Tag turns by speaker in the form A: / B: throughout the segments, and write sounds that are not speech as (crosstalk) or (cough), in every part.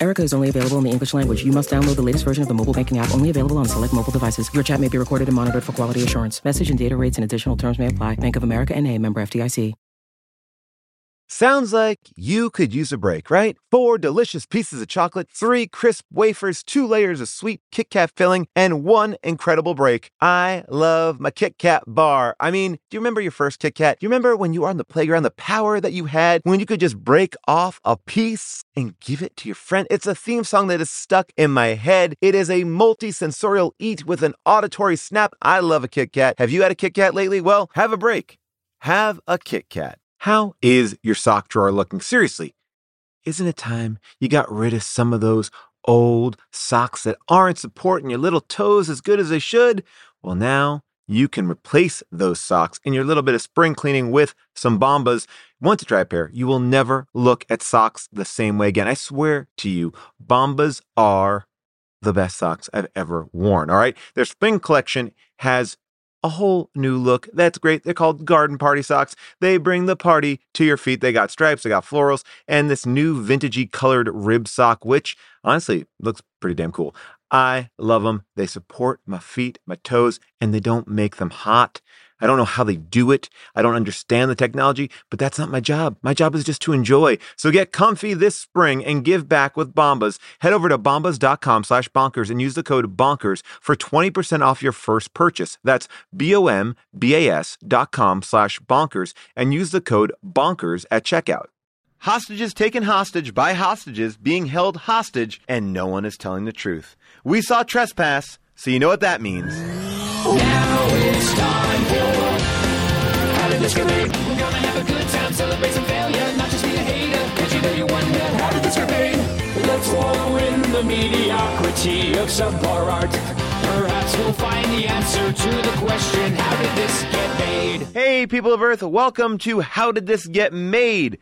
A: Erica is only available in the English language. You must download the latest version of the mobile banking app, only available on select mobile devices. Your chat may be recorded and monitored for quality assurance. Message and data rates and additional terms may apply. Bank of America and a member FDIC.
B: Sounds like you could use a break, right? Four delicious pieces of chocolate, three crisp wafers, two layers of sweet Kit Kat filling, and one incredible break. I love my Kit Kat bar. I mean, do you remember your first Kit Kat? Do you remember when you were on the playground, the power that you had when you could just break off a piece and give it to your friend? It's a theme song that is stuck in my head. It is a multi sensorial eat with an auditory snap. I love a Kit Kat. Have you had a Kit Kat lately? Well, have a break. Have a Kit Kat. How is your sock drawer looking? Seriously, isn't it time you got rid of some of those old socks that aren't supporting your little toes as good as they should? Well, now you can replace those socks in your little bit of spring cleaning with some Bombas. Once you try a pair, you will never look at socks the same way again. I swear to you, Bombas are the best socks I've ever worn. All right, their spring collection has a whole new look. That's great. They're called garden party socks. They bring the party to your feet. They got stripes, they got florals, and this new vintagey colored rib sock, which honestly looks pretty damn cool. I love them. They support my feet, my toes, and they don't make them hot. I don't know how they do it. I don't understand the technology, but that's not my job. My job is just to enjoy. So get comfy this spring and give back with Bombas. Head over to bombas.com slash bonkers and use the code bonkers for 20% off your first purchase. That's B-O-M-B-A-S dot com slash bonkers and use the code bonkers at checkout. Hostages taken hostage by hostages being held hostage and no one is telling the truth. We saw trespass, so you know what that means.
C: Now it's time for having this debate. We're gonna have a good time, celebrate some failure, not just be a hater. Cause you know you wonder how did this get made? Let's war in the mediocrity of subpar art. Perhaps we'll find the answer to the question: How did this get made?
B: Hey, people of Earth, welcome to How Did This Get Made?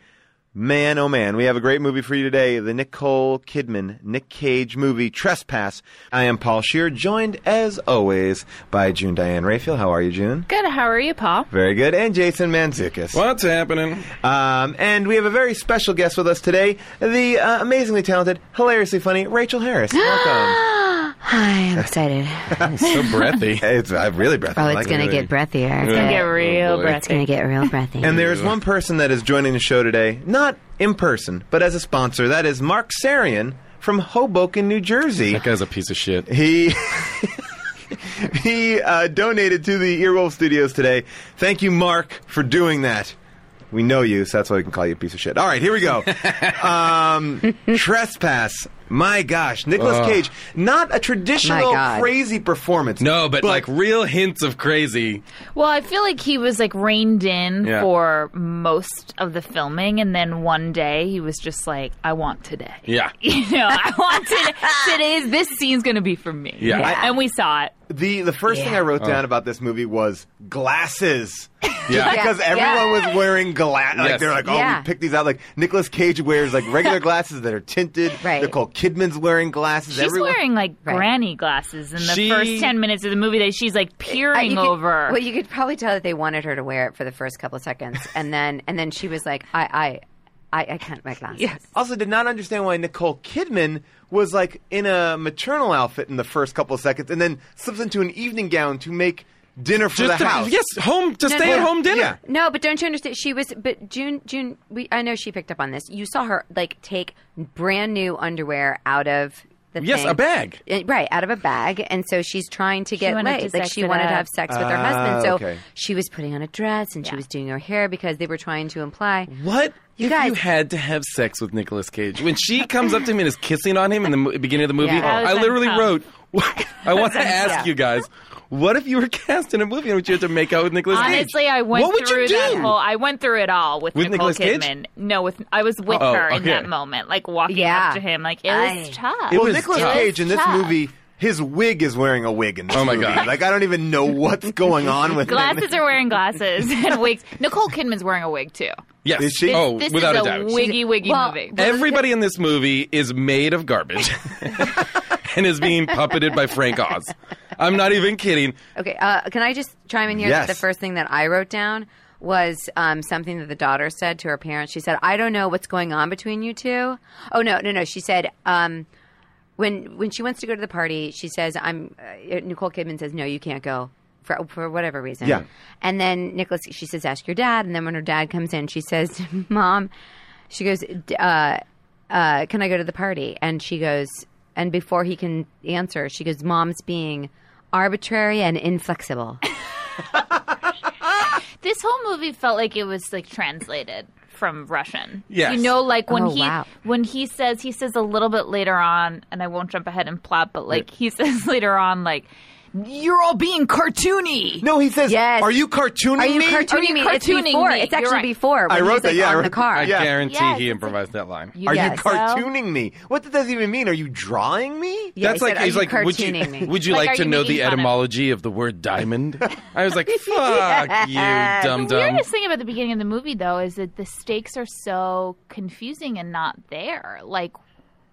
B: Man, oh man, we have a great movie for you today the Nicole Kidman, Nick Cage movie, Trespass. I am Paul Shear, joined as always by June Diane Raphael. How are you, June?
D: Good. How are you, Paul?
B: Very good. And Jason Manzukis.
E: What's happening?
B: Um, and we have a very special guest with us today the uh, amazingly talented, hilariously funny Rachel Harris. Welcome.
F: Hi, I'm (laughs) excited.
E: So
B: (laughs)
E: breathy.
B: it's uh, really breathy.
F: Oh,
B: I
F: it's
B: like it.
F: gonna get breathier. It's
D: I get real
F: Oh, It's gonna
D: breathy.
F: get real breathy.
B: And there is one person that is joining the show today, not in person, but as a sponsor. That is Mark Sarian from Hoboken, New Jersey.
E: (laughs) That guy's a piece of
B: (laughs)
E: shit.
B: He he uh, donated to the Earwolf Studios today. Thank you, Mark, for doing that. We know you, so that's why we can call you a piece of shit. All right, here we go. um, trespass. My gosh, Nicolas Cage, not a traditional
F: God.
B: crazy performance.
E: No, but, like real hints of crazy.
D: Well, I feel like he was like reined in
E: Yeah.
D: for most of the filming, and then one day he was just like, "I want today."
E: Yeah.
D: (laughs) You know, I want today.
F: (laughs)
D: Today's this scene's gonna be for me.
E: Yeah. Yeah.
D: and we saw it.
B: the the first thing I wrote down about this movie was glasses.
E: Yeah.
B: because everyone was wearing glasses. Like
E: Yes.
B: they're like, oh,
F: Yeah.
B: we picked these out. Like Nicolas Cage wears like regular glasses that are tinted.
F: Right.
B: Nicole Kidman's wearing glasses.
D: She's
B: everyone.
D: wearing like
F: Right.
D: granny glasses in the
E: She-
D: first ten minutes of the movie that she's like
F: Uh,
D: peering
F: you could-
D: over.
F: Well, you could probably tell that they wanted her to wear it for the first couple of seconds, and then and then she was like, I I I, I can't wear glasses.
B: Also, did not understand why Nicole Kidman was like in a maternal outfit in the first couple of seconds, and then slips into an evening gown to make dinner for
E: Just
B: the
E: to-
B: house.
E: yes, home to stay at home dinner.
B: Yeah.
F: No, but don't you understand? She was, but June, June. We, I know she picked up on this. You saw her like take brand new underwear out of the
E: Yes,
F: thing.
E: a bag.
F: Uh, right out of a bag, and so she's trying to get
D: wanted to
F: laid. Like
D: sex
F: she
D: it
F: wanted
D: up.
F: to have sex with her
B: Ah,
F: husband, so
B: okay.
F: she was putting on a dress and she was doing her hair because they were trying to imply.
E: What
F: You
E: if
F: guys-
E: you had to have sex with Nicolas Cage? When she comes up to him and is kissing on him in the mo- beginning of the movie,
F: Yeah. That
D: was
E: I literally
D: uncom.
E: wrote, I want to ask
F: Yeah.
E: you guys, what if you were cast in a movie in which you had to make out with Nicolas Cage?
D: Honestly, I went
E: What would you
D: through that
E: do?
D: whole. I went through it all with,
E: With
D: Nicole
E: Nicolas Cage?
D: Kidman. No, with I was with
E: Oh,
D: her in
E: okay.
D: that moment, like walking
F: Yeah.
D: up to him, like it
F: Aye.
D: was tough.
B: Well,
E: was
B: Nicolas
E: tough.
B: Cage in this
D: tough.
B: movie His wig is wearing a wig in this
E: Oh my
B: movie.
E: God.
B: Like I don't even know what's going on with him.
D: Glasses are
B: (laughs)
D: wearing glasses and wigs. Nicole Kidman's wearing a wig too.
E: Yes.
B: Is she?
E: Oh,
D: this
E: without
D: is
E: a doubt.
D: wiggy wiggy
F: Well,
D: movie.
E: Everybody in this movie is made of garbage and is being puppeted by Frank Oz. I'm not even kidding.
F: Okay, uh, can I just chime in here?
B: Yes.
F: That the first thing that I wrote down was um, something that the daughter said to her parents. She said, "I don't know what's going on between you two. Oh no, no, no. She said. Um, when when she wants to go to the party, she says, "I'm." Uh, Nicole Kidman says, "No, you can't go." For, for whatever reason,
B: Yeah.
F: And then Nicholas, she says, "Ask your dad." And then when her dad comes in, she says, (laughs) "Mom," she goes, "D- uh, uh, "Can I go to the party?" And she goes, and before he can answer, she goes, "Mom's being arbitrary and inflexible."
D: This whole movie felt like it was like translated from Russian.
E: Yes.
D: You know, like when
F: Oh,
D: he
F: wow.
D: when he says he says a little bit later on, and I won't jump ahead and plot, but like he (laughs) says later on, like you're all being cartoony.
B: No, he says,
F: Yes.
B: "Are you cartooning
F: Are you
B: me?"
F: cartooning
D: Are you
F: me? It's
D: cartooning
F: before.
D: me?
F: It's
D: You're
F: actually
D: right.
F: before.
B: I
F: when
B: wrote
F: he's,
B: that,
F: like,
B: yeah, I
F: on
B: wrote-
F: the car.
E: I
B: Yeah.
E: guarantee
D: Yes,
E: he
D: it's
E: improvised that line.
B: Are
F: Yes.
B: you cartooning me? What does that even mean? Are you drawing me?
F: Yeah,
E: That's
F: he
E: like
F: said, "Are
E: he's
F: you
E: like would you
F: cartooning me?"
E: would you
D: Like,
E: like,
D: are
E: to
D: you
E: know
D: making
E: the
D: fun of-
E: etymology of the word diamond? I was like, fuck you, dum
D: The
E: dum.
D: weirdest thing about the beginning of the movie, though, is that the stakes are so confusing and not there. Like,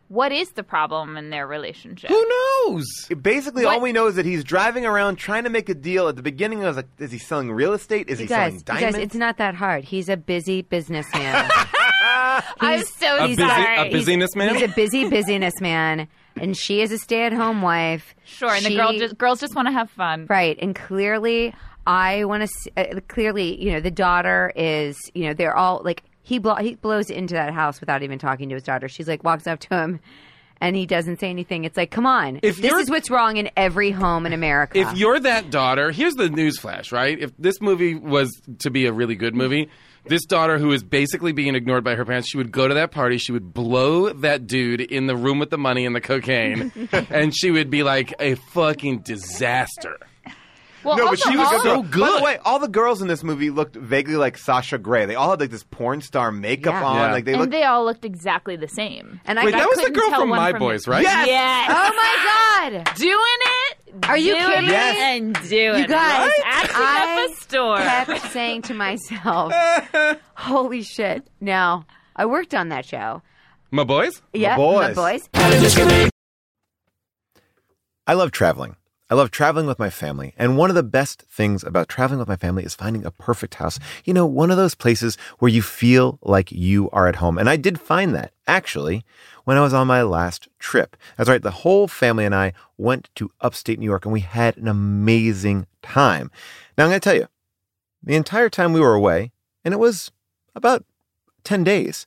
D: what is the problem in their relationship?
E: Who knows?
B: Basically, all
D: What-
B: we know is that he's driving around trying to make a deal. At the beginning, I was like, "Is he selling real estate? Is he
F: You guys,
B: selling
F: you
B: diamonds?"
F: guys, it's not that hard. He's a
B: (laughs)
F: busy businessman.
D: I'm
F: He's-
D: so
E: A busy, a
D: sorry.
E: busyness man.
F: He's (laughs) a busy business man, and she is a stay-at-home wife.
D: Sure, and
F: She-
D: the girl just, girls just want to have fun.
F: right, and clearly, I want to. Uh, clearly, you know, the daughter is. You know, they're all like he blo- he blows into that house without even talking to his daughter. She's like walks up to him. And he doesn't say anything. It's like, come on.
E: If
F: this
E: you're-
F: is what's wrong in every home in America.
E: If you're that daughter, here's the newsflash, right? If this movie was to be a really good movie, this daughter who is basically being ignored by her parents, she would go to that party, she would blow that dude in the room with the money and the cocaine, and she would be like a fucking disaster.
D: Well,
B: no, but
D: also,
B: she was
D: all
E: so
D: of-
E: good.
B: By the way, all the girls in this movie looked vaguely like Sasha Grey. They all had like this porn star makeup
F: Yeah.
B: on.
E: Yeah.
B: Like they
D: and
B: looked.
D: they all looked exactly the same.
F: and I
E: Wait,
F: got-
E: that was the
D: couldn't
E: girl
D: tell
E: from
D: one
E: My
D: from
E: Boys,
D: the-
E: right?
B: Yes!
D: Yes, Oh.
F: oh my god!
D: doing it.
F: Are you
D: doing
F: kidding?
D: It,
B: Yes.
D: And doing
F: You guys,
D: it. acting
F: I
D: up a store.
F: kept saying to myself, "Holy shit!" Now I worked on that show.
E: My boys?
F: Yeah,
B: boys.
F: my boys.
B: I love traveling. I love traveling with my family. And one of the best things about traveling with my family is finding a perfect house. You know, one of those places where you feel like you are at home. And I did find that actually when I was on my last trip. That's right, the whole family and I went to upstate New York and we had an amazing time. Now, I'm going to tell you, the entire time we were away, and it was about 10 days,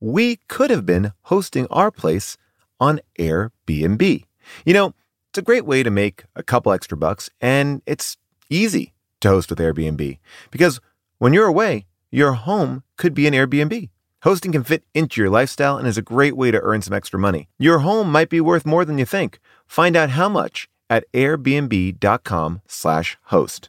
B: we could have been hosting our place on Airbnb. You know, it's a great way to make a couple extra bucks, and it's easy to host with Airbnb because when you're away, your home could be an Airbnb. Hosting can fit into your lifestyle and is a great way to earn some extra money. Your home might be worth more than you think. Find out how much at airbnb.com/host.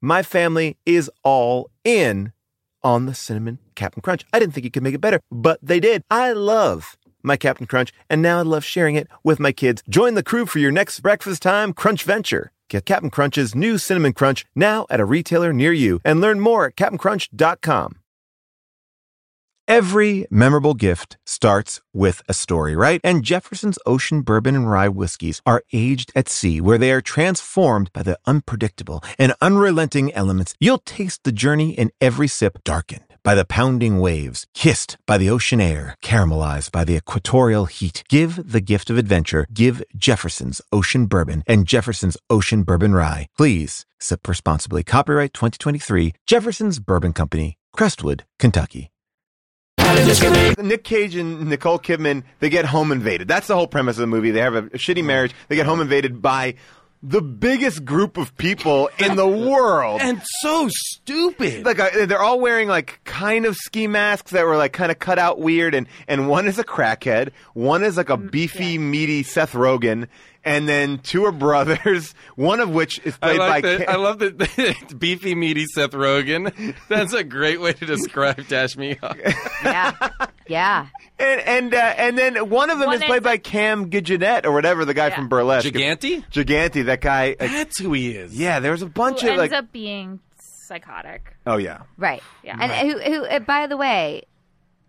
B: my family is all in on the cinnamon Captain Crunch. I didn't think you could make it better, but they did. I love my Captain Crunch, and now I love sharing it with my kids. Join the crew for your next breakfast time crunch venture. Get Captain Crunch's new cinnamon crunch now at a retailer near you and learn more at captaincrunch.com. Every memorable gift starts with a story, right? And Jefferson's Ocean Bourbon and Rye whiskeys are aged at sea, where they are transformed by the unpredictable and unrelenting elements. You'll taste the journey in every sip, darkened by the pounding waves, kissed by the ocean air, caramelized by the equatorial heat. Give the gift of adventure. Give Jefferson's Ocean Bourbon and Jefferson's Ocean Bourbon Rye. Please sip responsibly. Copyright 2023, Jefferson's Bourbon Company, Crestwood, Kentucky. Nick Cage and Nicole Kidman, they get home invaded. That's the whole premise of the movie. They have a shitty marriage. They get home invaded by the biggest group of people in the world.
E: and so stupid.
B: like uh, they're all wearing like kind of ski masks that were like kind of cut out weird and and one is a crackhead one is like a
E: Mm,
B: beefy meaty seth rogen and then two are brothers (laughs) one of which is
E: I
B: played
E: like
B: by
E: that.
B: Ken-
E: I love that (laughs) beefy, meaty Seth Rogen. That's a great way to describe Dash Me Up. (laughs)
F: Yeah. Yeah.
B: and and, uh, and then one of them
D: One
B: is played
D: is-
B: by cam Gigonette or whatever the guy from burlesque
E: Gigante?
B: gigante that guy uh,
E: That's who he is.
B: yeah there was a bunch
D: Who
B: of like
D: ends up being psychotic.
B: oh yeah
F: Right.
D: Yeah.
F: And who, who uh, by the way,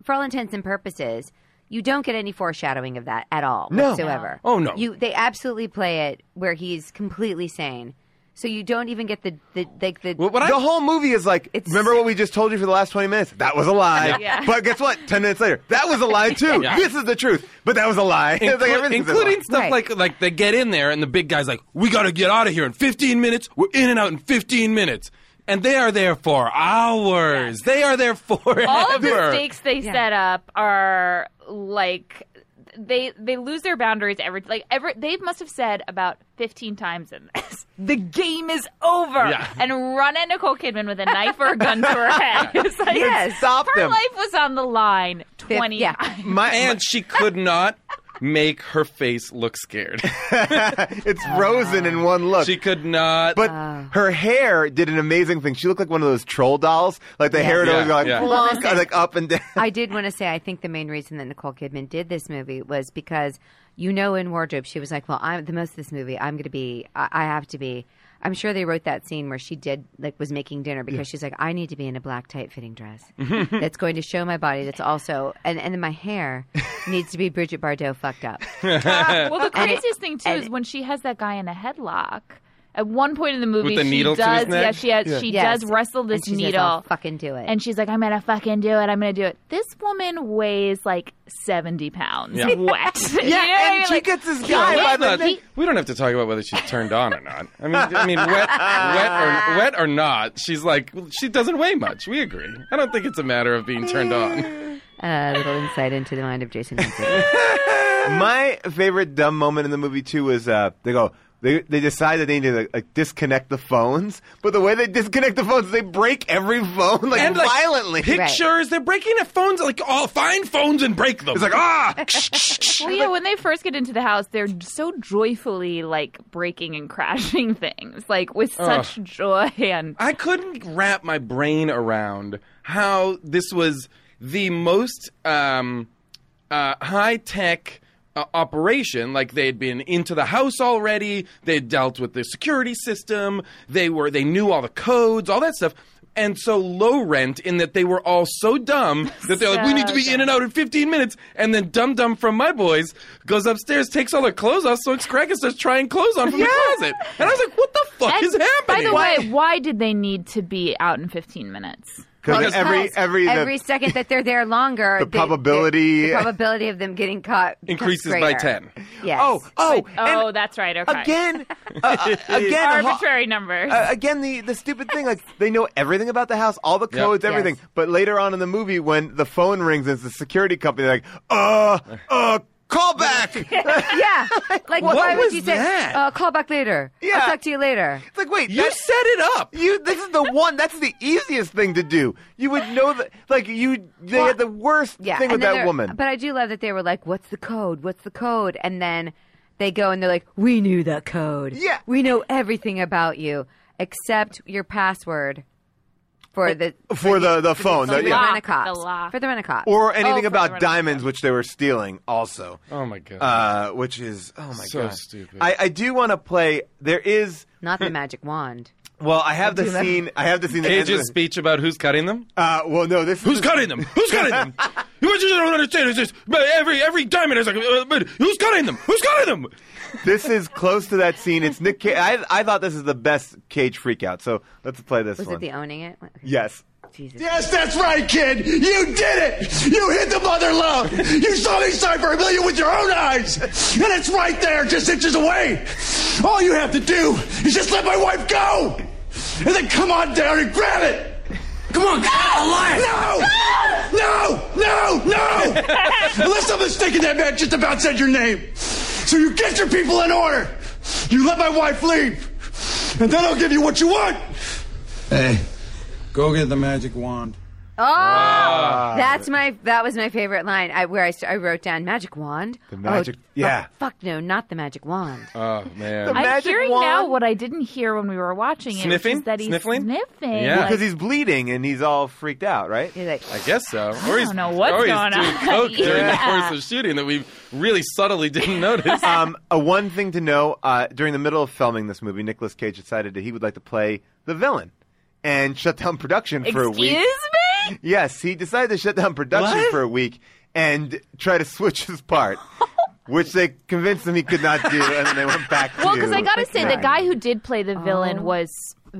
F: for all intents and purposes, you don't get any foreshadowing of that at all
B: No.
F: whatsoever.
E: No. Oh, no.
F: You they absolutely play it where he's completely sane. So you don't even get the the like the,
E: Well, what I-
B: the whole movie is like,
F: It's-
B: remember what we just told you for the last 20 minutes? That was a lie.
D: (laughs) Yeah.
B: But guess what? 10 minutes later, that was a
D: (laughs)
B: lie too.
E: Yeah.
B: This is the truth, but that was a lie. (laughs) It's like
E: Inclu-
B: everything's a lie.
E: including stuff
F: Right.
E: like like they get in there and the big guy's like, "We got to get out of here in 15 minutes. We're in and out in 15 minutes." And they are there for hours. They are there forever.
D: all of the stakes they
F: Yeah.
D: set up are like they they lose their boundaries every like ever they must have said about 15 times in this (laughs) the game is over
E: Yeah.
D: and run at Nicole Kidman with a knife or a gun to her head (laughs) it's like,
F: Yes.
B: Stop
D: her
B: them.
D: life was on the line 20
F: yeah.
D: (laughs)
E: (laughs)
D: times
B: My,
E: and she could not make her face look scared.
B: it's Rosen in one look.
E: She could not.
B: but
D: Ah.
B: her hair did an amazing thing. She looked like one of those troll dolls. Like the hair would
E: Yeah,
B: always go like, (laughs)
E: yeah.
B: flunk, like up and down.
F: (laughs) I did want to say I think the main reason that Nicole Kidman did this movie was because you know in wardrobe she was like, well, I'm the most of this movie. I'm going to be. I, I have to be. I'm sure they wrote that scene where she did like was making dinner because she's like, I need to be in a black tight
B: (laughs)
F: fitting dress that's going to show my body. That's also and and then
B: (laughs)
F: my hair needs to be Bridget Bardot fucked up.
D: well the
F: And it-
D: craziest thing too
F: and-
D: is when she has that guy in a headlock at one point in the movie
E: the
D: she
E: needle to
D: does
E: his neck?
D: yeah she has she
F: Yes.
D: does wrestle this
F: and she Says,
D: needle
F: I'll fucking do it.
D: And she's like, I'm gonna fucking do it. I'm gonna do it. This woman weighs like 70
B: (laughs)
D: pounds. (laughs)
E: Yeah.
D: Wet. yeah,
B: and she gets this guy by
E: Let's
B: the
E: not-
B: neck.
E: we don't have to talk about whether she's turned on or not. I mean, I mean, wet, wet or wet or not, she's like she doesn't weigh much. We agree. I don't think it's a matter of being turned on.
F: a little insight into the mind of Jason. Kinsey.
B: My favorite dumb moment in the movie too was uh, they go. They, they decide that they need to like, disconnect the phones, but the way they disconnect the phones, they break every phone like,
E: like,
B: violently.
E: pictures, they're breaking at phones. Like, oh, find phones and break them. It's like, (laughs) ah,
D: Well, yeah, when they first get into the house, they're so joyfully like breaking and crashing (laughs) things, like with such joy. And
E: I couldn't wrap my brain around how this was the most um, uh, high tech. Uh, operation like they'd been into the house already they dealt with the security system they were they knew all the codes all that stuff and so low rent in that they were all
D: (laughs)
E: so dumb that they're like we need to be in and out in 15 minutes and then dum dum from my boys goes upstairs takes all her clothes off so it's crack and starts trying clothes on from the closet and i was like what the fuck
D: and
E: is happening
D: by the way, why did they need to be out in 15 minutes?
B: (laughs) Because every
F: Because
B: every, the-
F: every second that they're there longer,
B: (laughs) the
F: they-
B: probability-
F: the probability of them getting caught becomes
E: increases by
F: greater.
E: 10
F: Yes.
B: oh oh
D: Oh,
B: and
D: that's right. Okay.
B: again uh, uh, again a ho-
D: Arbitrary numbers.
B: uh, again the the stupid thing like they know everything about the house all the
E: Yep.
B: codes everything but later on in the movie when the phone rings and it's the security company they're like uh uh call back it's
F: (laughs) Yeah.
B: (laughs)
F: Like, why would
E: was
F: you
E: that?
F: say, uh, call back later?
B: Yeah.
F: I'll talk to you later.
B: like wait
E: You
B: that's-
E: set it up.
B: you this is the one that's the easiest thing to do you would know that like you they had the worst
F: Yeah.
B: thing
F: and
B: with
F: then
B: that
F: they're-
B: woman
F: But I do love that they were like, what's the code? What's the code? And then they go and they're like, we knew that code.
B: Yeah.
F: We know everything about you except your password for the.
B: for the the phone
F: For
B: the-
F: the
B: oh, yeah.
D: lock,
F: rent a cops.
D: the lock.
F: For the rent a cops.
B: or anything
D: for the
B: about
D: rent-
B: diamonds which they were stealing also
E: Oh my god.
B: uh, which is oh my
E: So
B: god,
E: stupid.
B: I, I do want to play. There is (laughs)
F: Not the magic wand.
B: well, I have the scene. I have the scene. that ends
E: Cage's
B: with-
E: speech about who's cutting them.
B: Uh, well, no, this
E: Who's
B: is,
E: cutting them? Who's cutting them? What (laughs) you don't understand is this. but Every every diamond is like, uh, but who's cutting them? Who's cutting them?
B: (laughs) this is close to that scene. It's Nick. Cage. I I thought this is the best Cage freakout. So let's play this
F: Was
B: one.
F: it the owning it?
B: yes.
F: Jesus.
G: Yes, that's right, kid. You did it. You hit the mother love. You saw me sign for a million with your own eyes. And it's right there, just inches away. All you have to do is just let my wife go. And then come on down and grab it. Come on, get out alive. No! No! No! Unless I'm mistaken, that man just about said your name. So you get your people in order. You let my wife leave. And then I'll give you what you want.
H: Hey, go get the magic wand.
F: Oh,
E: Ah.
F: that's my that was my favorite line. I where I, st- I wrote down magic wand. The
B: magic- yeah.
F: fuck no, not the magic wand.
E: Oh man.
D: I'm
B: Magic
D: hearing now
B: wand.
D: what I didn't hear when we were watching it, which
E: Sniffing?
D: is that he's
E: Sniffling?
D: sniffing.
E: Yeah.
D: like,
B: Because he's bleeding and he's all freaked out, right?
F: You're like,
E: I guess so. Or
D: don't
E: he's,
D: know what's
E: or he's
D: going
E: doing
D: on. (laughs)
E: coke during the
D: Yeah.
E: course of shooting that we really subtly
D: (laughs)
E: didn't notice.
B: (laughs) um, uh, one thing to know uh, during the middle of filming this movie, Nicolas Cage decided that he would like to play the villain and shut down production for a
D: Excuse
B: week.
D: me?
B: Yes, he decided to shut down production
E: What?
B: for a week and try to switch his part,
D: (laughs)
B: which they convinced him he could not do, and then they went back
D: Well,
B: to.
D: because I gotta say, the
B: Nine.
D: guy who did play the villain was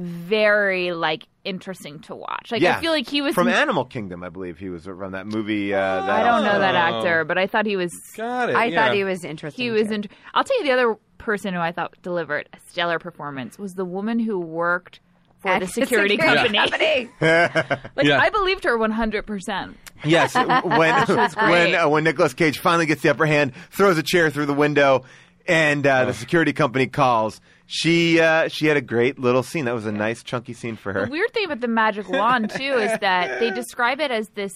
D: very like interesting to watch. Like
B: yeah,
D: I feel like he was.
B: from Animal Kingdom, I believe he was from that movie. Uh, that
D: I don't know that
E: Oh.
D: actor, but I thought he was.
E: Got it.
F: I
E: yeah.
F: thought he was interesting. (laughs)
D: He was.
F: too.
D: In, I'll tell you the other person who I thought delivered a stellar performance was the woman who worked for
F: At
D: the security, company.
F: company.
D: Like (laughs)
E: Yeah.
D: I believed her one hundred percent. (laughs)
B: Yes, when (laughs) when
D: great.
B: uh, when Nicolas Cage finally gets the upper hand, throws a chair through the window, and uh, the security company calls. She uh, she had a great little scene. That was a nice chunky scene for her.
D: The weird thing about the magic wand too is
B: (laughs)
D: that they describe it as this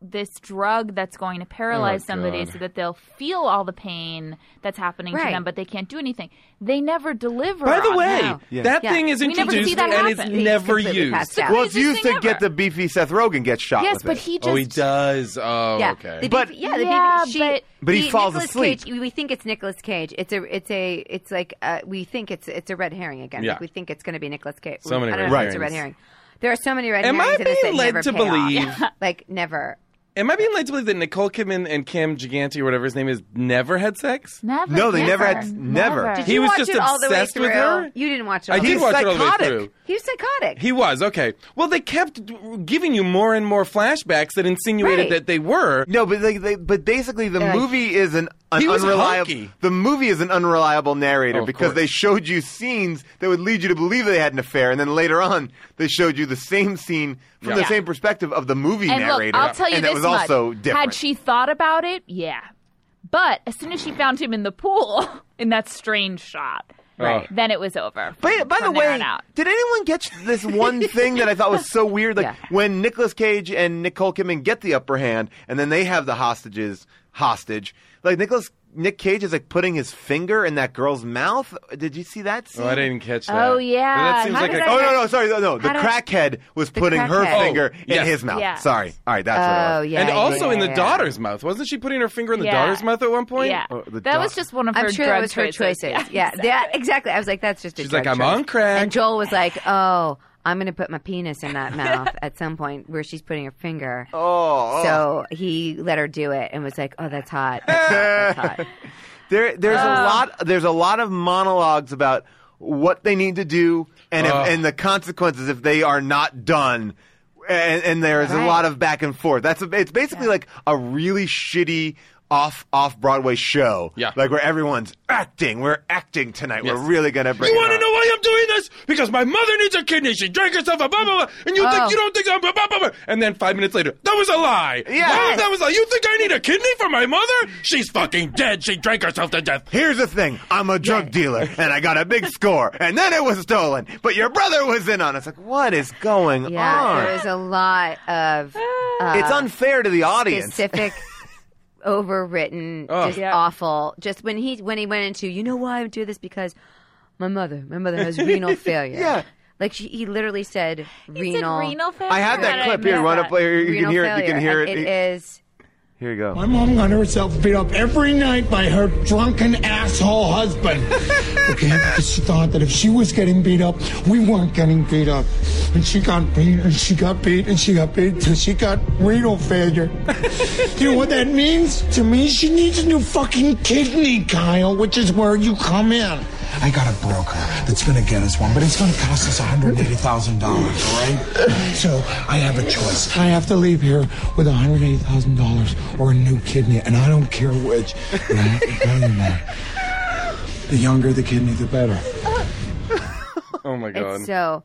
D: this drug that's going to paralyze
E: Oh,
D: somebody
E: God.
D: so that they'll feel all the pain that's happening to
F: Right.
D: them, but they can't do anything. They never deliver.
E: By the
D: on
E: way,
D: that.
B: Yeah.
E: that
F: Yeah.
E: thing is
D: We never see
E: introduced
D: that
E: and it's
D: happen.
F: He's
E: never
F: completely
E: used.
F: passed out.
B: well, it's used to
D: thing
B: get
D: ever.
B: the beefy Seth Rogen gets shot.
D: yes,
B: with
D: but
B: it.
D: he just
E: Oh, he does. Oh,
F: Yeah,
E: okay.
F: The
B: But-
F: BB yeah, the
D: Yeah,
F: BB
D: but-
F: she,
B: But he
F: the
B: falls
F: Nicolas
B: asleep.
F: Cage, we think it's Nicolas Cage. It's a, it's a, it's like uh, we think it's, it's a red herring again.
E: Yeah.
F: Like we think it's going to be Nicolas Cage.
E: So many
F: I
E: red
F: don't know if It's a
E: herrings.
F: red herring. There are so many red
E: Am I
F: herrings. in this
E: being
F: that
E: led
F: never
E: to
F: pay off.
E: believe-
F: (laughs) like never.
E: Am I being led to believe that Nicole Kidman and Cam Gigante or whatever his name is never had sex?
D: never.
B: No, they never had- never.
E: Did
F: Did
E: He
F: you
E: was
F: watch
E: just
F: it all the way
E: obsessed with
F: through?
E: her?
F: You didn't watch it. All
E: I
F: the
E: did
F: way
E: watch
F: through.
E: it all the
B: psychotic.
E: way through.
F: He was psychotic.
E: He was okay. Well, they kept giving you more and more flashbacks that insinuated
F: Right.
E: that they were.
B: No, but like, they, but basically, the
F: Yeah.
B: movie is an, an
E: He was
B: unreliable.
E: hunky.
B: The movie is an unreliable
E: Oh,
B: narrator
E: of
B: because
E: course.
B: they showed you scenes that would lead you to believe they had an affair, and then later on they showed you the same scene from
E: Yeah.
B: the
E: Yeah.
B: same perspective of the movie
D: And
B: narrator.
D: look, I'll tell you
B: and
D: this
B: that was
D: much.
B: also different.
D: Had she thought about it, yeah. But as soon as she found him in the pool (laughs) in that strange shot,
E: Right.
D: then it was over.
B: By, by the
D: From there
B: way,
D: on out.
B: did anyone get this one
F: (laughs)
B: thing that I thought was so weird? Like
F: Yeah.
B: when Nicolas Cage and Nicole Kidman get the upper hand, and then they have the hostages hostage. Like Nicholas Nick Cage is like putting his finger in that girl's mouth. Did you see that scene?
E: Oh, I didn't catch that.
D: Oh, yeah.
E: But that seems
F: How
E: like
F: did
E: a
F: I-
B: Oh no no sorry no no the
F: How do I-
B: crackhead was putting her
F: crackhead.
B: finger
E: Oh,
B: in
E: yes.
B: his mouth.
D: Yeah.
B: Sorry, all right, that's what it
F: Oh
B: was.
F: yeah.
E: and
F: yeah,
E: also
F: yeah,
E: in the
F: yeah.
E: daughter's mouth, wasn't she putting her finger in the
D: Yeah.
E: daughter's mouth at one point?
D: Yeah.
B: Oh, the
D: that was
B: dog-
D: just one of her
F: I'm sure
D: drug
F: that was her choices. Yeah,
D: (laughs)
F: yeah,
D: exactly.
F: that- exactly. I was like, that's just a
E: She's
F: drug
E: like, I'm
F: choice.
E: on crack.
F: And Joel
E: (laughs)
F: was like, oh, I'm going to put my penis in that mouth at some point where she's putting her
E: (laughs)
F: finger.
B: Oh, oh.
F: So he let her do it and was like, oh, that's hot. That's hot.
E: (laughs)
F: That's hot.
B: There, there's
F: Oh.
B: a lot. There's a lot of monologues about what they need to do and if,
E: Ugh.
B: and the consequences if they are not done. And, and there's a
F: Right.
B: lot of back and forth. That's a, it's basically like a really shitty off off Broadway show.
E: Yeah.
B: like where everyone's acting. We're acting tonight. We're
E: Yes.
B: really gonna bring.
E: You
B: it
E: want to
B: up.
E: know why I'm doing this? Because my mother needs a kidney. She drank herself a blah blah blah, and you
F: Oh.
E: think you don't think I'm blah blah blah. blah. And then five minutes later, that was a lie.
B: Yeah.
E: Why that was a lie. You think I need a kidney for my mother? She's fucking dead. She drank herself to death.
B: Here's the thing. I'm a drug dealer and I got a big score and then it was stolen, but your brother was in on it. It's like, what is going
F: Yeah,
B: on?
E: Oh.
F: there was a lot of
E: Ah.
B: it's unfair to the audience. (laughs)
F: specific, overwritten,
B: Oh.
F: just
D: Yeah.
F: awful. Just when he when he went into, you know why I do this because my mother, my mother
B: (laughs)
F: has renal failure.
B: Yeah.
F: Like she, he literally said
D: Is it
F: renal.
D: renal failure?
B: I have that
D: How did I
B: clip here.
D: miss
B: Run
D: that?
B: up here. You
F: renal
B: can hear it.
F: failure.
B: You can hear it.
F: and It
B: (laughs)
F: is.
B: Here you go.
H: My mom got herself beat up every night by her drunken asshole husband. okay, because she thought that if she was getting beat up, we weren't getting beat up. And she got beat, and she got beat, and she got beat, till she got renal (laughs) failure. you know what that means to me? She needs a new fucking kidney, Kyle, which is where you come in. I got a broker that's gonna get us one, but it's gonna cost us $180,000, all right? So I have a choice. I have to leave here with $180,000 or a new kidney, and I don't care (laughs) which. But I have to tell you now, the younger the kidney, the better.
E: Oh my god,
F: It's so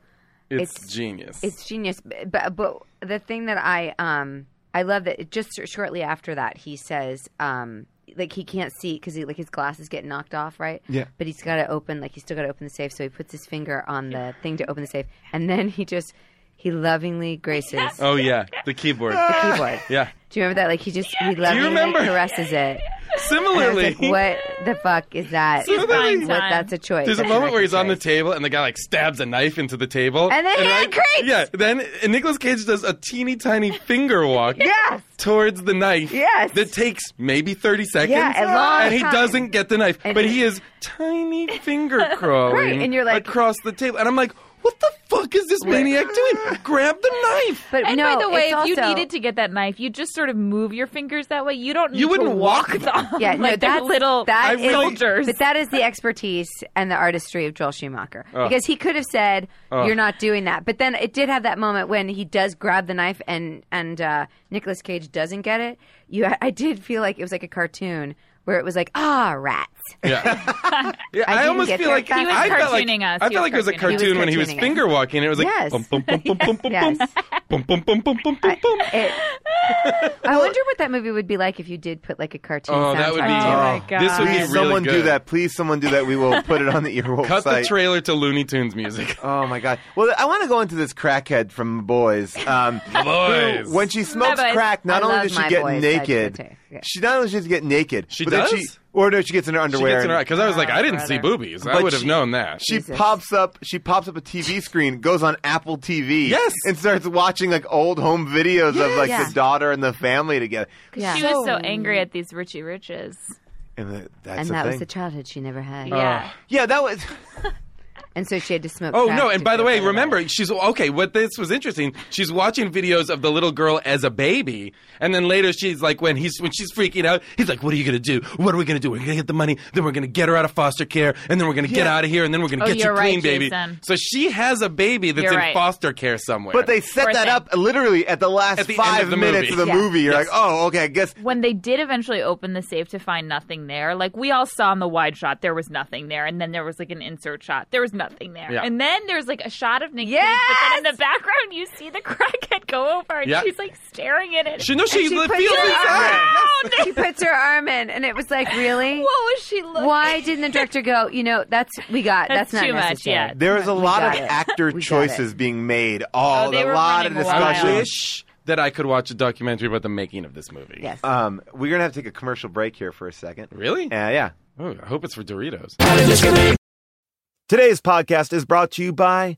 E: It's
F: it's-
E: genius.
F: it's genius. But, but the thing that I um I love that. Just sh- shortly after that, he says, um, like he can't see because he like his glasses get knocked off, right?
B: Yeah.
F: But he's got to open, like he's still got to open the safe. So he puts his finger on the thing to open the safe, and then he just he lovingly graces the
E: Oh yeah, the keyboard.
F: keyboard.
E: (laughs) Yeah.
F: Do you remember that? Like he just he lovingly like,
E: remember?
F: caresses it. And I was
E: Similarly,
F: like, what the fuck is that?
E: Similarly- Valentine.
F: What, that's a choice.
E: There's a
F: That's
E: moment
F: not
E: where he's on the
F: choice.
E: table and the guy like stabs a knife into the table.
F: And then it
E: like,
F: creaks.
E: Yeah, then and Nicolas Cage does a teeny tiny finger walk
F: Yes.
E: towards the knife.
F: Yes.
E: That takes maybe 30 seconds.
F: a long
E: And he
F: time.
E: doesn't get the knife,
F: And
E: but
F: it-
E: he is tiny finger crawling
F: Right, and you're like-
E: across the table. And I'm like, what the fuck is this maniac doing? Grab the knife.
F: But
D: And
F: no,
D: by the way, if
F: it's
D: you
F: also-
D: needed to get that knife, you just sort of move your fingers that way. You don't. Need
E: You wouldn't
D: to
E: walk
D: walk,
E: them.
D: them.
F: (laughs)
D: (laughs)
F: Yeah,
D: like
F: no,
D: they're
F: that's
D: little
F: that is-
D: soldiers.
F: but that is the expertise and the artistry of Joel Schumacher because he could have said, "You're not doing that," but then it did have that moment when he does grab the knife and and uh, Nicolas Cage doesn't get it. You, I did feel like it was like a cartoon where it was like, "Ah, rats."
E: Yeah. yeah
F: I
E: I,
F: didn't
E: almost
F: get
E: feel
F: there
E: like
F: fast. He was
E: I felt like,
D: cartooning us.
E: I
D: He
E: felt
D: was
E: like it was
D: cartooning
E: a
D: us. He
E: cartoon
D: was
E: when he was
F: cartooning us.
E: finger walking. It was like
F: Yes.
E: bum bum bum bum bum bum
F: Yes.
E: bum bum bum bum bum bum bum bum.
F: It,
E: (laughs)
F: I wonder what that movie would be like if you did put like a cartoon.
E: Oh, that would be.
F: soundtrack to it.
D: my
E: oh, This would
D: God. Please,
E: be really
B: Please, someone do
E: good.
B: that. Please, someone do that. We will put it on the (laughs) Earwolf
E: Cut
B: site.
E: the trailer to Looney
B: (laughs)
E: Tunes music.
B: Oh my god! Well, I want to go into this crackhead from Boys.
E: (laughs)
B: Um,
E: Boys.
B: Who, when she smokes
D: My boys.
B: crack, not
F: I
B: only
F: love
B: does she
F: my
B: get
F: boys, I do too,
B: naked,
F: yeah.
B: she not only does she get naked,
E: She
B: but then
E: does?
B: she or no, she gets in her
E: She
B: underwear.
E: gets in
B: and-
E: her because I was like,
D: Oh,
E: I didn't see
F: brother.
E: boobies. I
B: But
E: would have
B: she-
E: known that.
B: She
F: Jesus.
B: pops up. She pops up a
E: (laughs)
B: TV screen, goes on Apple TV,
E: Yes.
B: and starts watching like old home videos of like
F: Yeah.
B: the daughter and the family together.
F: Yeah.
D: she was so angry at these Richie Riches.
B: And the, that's
F: and
B: the
F: that
B: thing.
F: was the childhood she never had,
D: Yeah.
B: yeah, that was.
F: and so she had to smoke.
E: Oh
F: crack
E: no!
F: to
E: And by
F: feel
E: the way,
F: better about it.
E: remember she's okay. What this was interesting. She's watching videos of the little girl as a baby, and then later she's like, when he's when she's freaking out, he's like, "What are you gonna do? What are we gonna do? We're gonna get the money, then we're gonna get her out of foster care, and then we're gonna get
B: Yeah.
E: out of here, and then we're gonna
D: Oh,
E: get you
D: you're right,
E: clean, baby."
D: Jason.
E: So she has a baby that's
D: You're
E: in
D: right.
E: foster care somewhere.
B: But they set
D: Poor
B: that
D: thing.
B: up literally at the last
E: At the end of
B: five
E: the
B: minutes
E: movie.
B: of the
F: Yeah.
B: movie. You're
E: Yes.
B: like, oh, okay, I guess.
D: When they did eventually open the safe to find nothing there, like we all saw in the wide shot, there was nothing there, and then there was like an insert shot, there was nothing there,
E: Yeah.
D: and then there's like a shot of Nick Cage,
F: Yes!
D: but then in the background you see the (laughs) crackhead go over, and
E: Yeah.
D: she's like staring at it.
E: she no, she,
F: she
E: feels
F: puts it
E: these
F: on.
E: out.
D: Oh,
F: (laughs) she puts her arm in, and it was like,
D: (laughs)
F: really?
D: what was she looking?
F: Why didn't the director go? You know, that's we got. That's,
D: That's
F: not
D: too much,
F: necessary.
D: yeah.
B: There is a lot of
F: got it.
B: actor
F: We got
B: choices being made. All
D: Oh, they
B: a
D: were
B: lot of
D: running
B: discussion.
E: I wish that I could watch a documentary about the making of this movie.
F: Yes.
B: Um, we're gonna have to take a commercial break here for a second.
E: Really?
B: Uh, yeah.
E: Oh, I hope it's for Doritos.
B: Today's podcast is brought to you by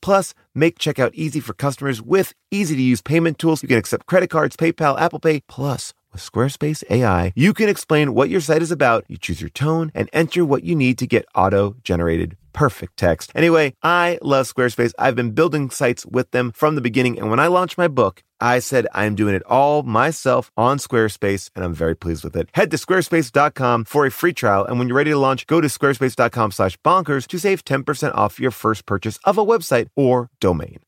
B: Plus, make checkout easy for customers with easy to use payment tools. You can accept credit cards, PayPal, Apple Pay. Plus, with Squarespace AI, you can explain what your site is about, you choose your tone, and enter what you need to get auto generated perfect text. Anyway, I love Squarespace. I've been building sites with them from the beginning. And when I launched my book, I said I'm doing it all myself on Squarespace, and I'm very pleased with it. Head to squarespace.com for a free trial, and when you're ready to launch, go to squarespace.com slash bonkers to save 10% off your first purchase of a website or domain.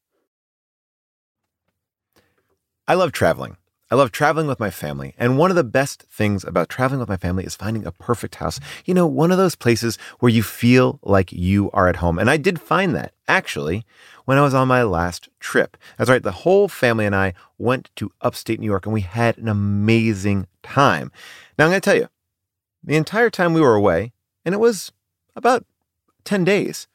B: I love traveling. I love traveling with my family. And one of the best things about traveling with my family is finding a perfect house. You know, one of those places where you feel like you are at home. And I did find that actually when I was on my last trip. That's right, the whole family and I went to upstate New York and we had an amazing time. Now, I'm going to tell you, the entire time we were away, and it was about 10 days,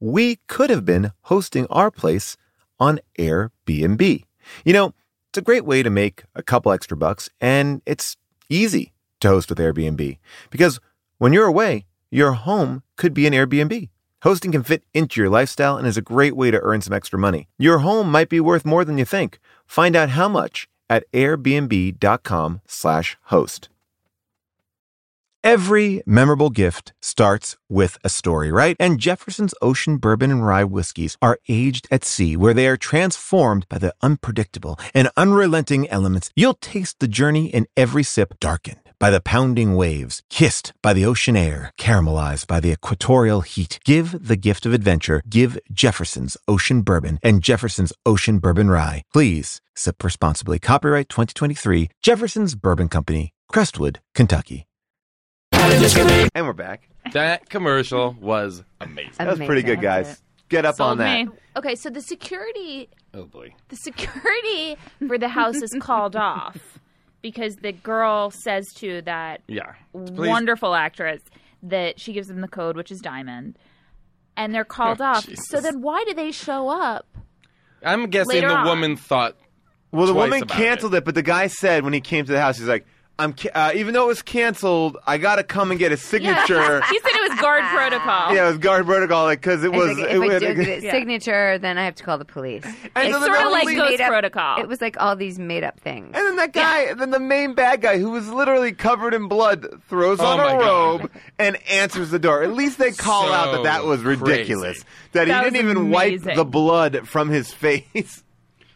B: we could have been hosting our place on Airbnb. You know, it's a great way to make a couple extra bucks, and it's easy to host with Airbnb because when you're away, your home could be an Airbnb. Hosting can fit into your lifestyle and is a great way to earn some extra money. Your home might be worth more than you think. Find out how much at airbnb.com/host. Every memorable gift starts with a story, right? And Jefferson's Ocean Bourbon and Rye whiskeys are aged at sea, where they are transformed by the unpredictable and unrelenting elements. You'll taste the journey in every sip, darkened by the pounding waves, kissed by the ocean air, caramelized by the equatorial heat. Give the gift of adventure. Give Jefferson's Ocean Bourbon and Jefferson's Ocean Bourbon Rye. Please sip responsibly. Copyright 2023, Jefferson's Bourbon Company, Crestwood, Kentucky. And we're back.
E: That commercial was amazing.
B: That was pretty good, guys. Get up on
D: Sold
B: that.
D: me. Okay, so the security
E: Oh boy.
D: the security for the house is called off because the girl says to that
E: Yeah. Please.
D: wonderful actress that she gives them the code, which is diamond, and they're called off. So
E: Oh, Jesus.
D: then, why do they show up?
E: I'm guessing
D: Later
E: the
D: on.
E: woman thought
B: Well, the
E: Twice
B: woman
E: about
B: canceled it. but the guy said when he came to the house, he's like, "I'm ca- uh, even though it was canceled, I got to come and get a signature."
D: (laughs) He said it was guard
B: (laughs)
D: protocol.
B: yeah, it was guard protocol because it
F: I
B: was.
F: think if I
B: was- (laughs)
F: do get a signature, then I have to call the police.
B: and
D: It's
B: so then
D: sort
B: the
D: of like
B: only-
D: Ghost
F: made up-
D: Protocol.
F: It was like all these made up things.
B: And then that guy, then the main bad guy who was literally covered in blood, throws on
E: Oh my
B: a
E: God.
B: robe and answers the door. At least they call
E: So
B: out that that was ridiculous.
E: crazy.
B: That,
D: That
B: he
D: was
B: didn't even wipe
D: amazing.
B: the blood from his (laughs) face.